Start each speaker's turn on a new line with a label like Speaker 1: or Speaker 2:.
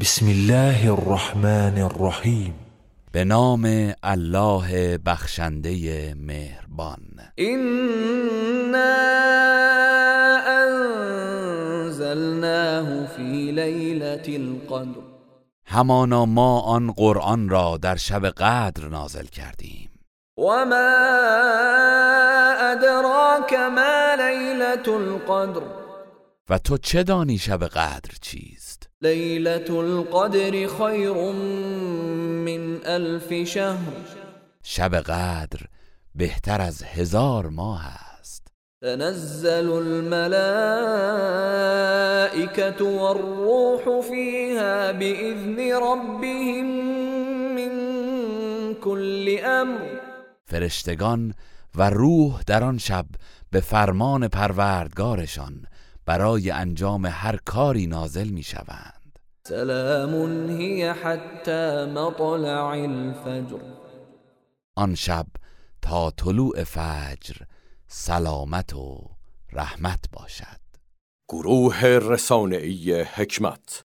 Speaker 1: بسم الله الرحمن الرحیم
Speaker 2: به نام الله بخشنده مهربان
Speaker 3: إنا أنزلناه في ليلة القدر
Speaker 2: همانا ما آن قرآن را در شب قدر نازل کردیم
Speaker 3: وما أدراك ما ليلة القدر
Speaker 2: و تو چه دانی شب قدر چیست
Speaker 3: ليلة القدر خير من ألف شهر
Speaker 2: شب قدر بهتر از هزار ماه است
Speaker 3: تنزل الملائكة والروح فيها بإذن ربهم من كل أمر
Speaker 2: فرشتگان و روح در آن شب به فرمان پروردگارشان برای انجام هر کاری نازل می شوند.
Speaker 3: سلام هي حتى مطلع الفجر
Speaker 2: آن شب تا طلوع فجر سلامت و رحمت باشد
Speaker 4: گروه رسانه‌ای حکمت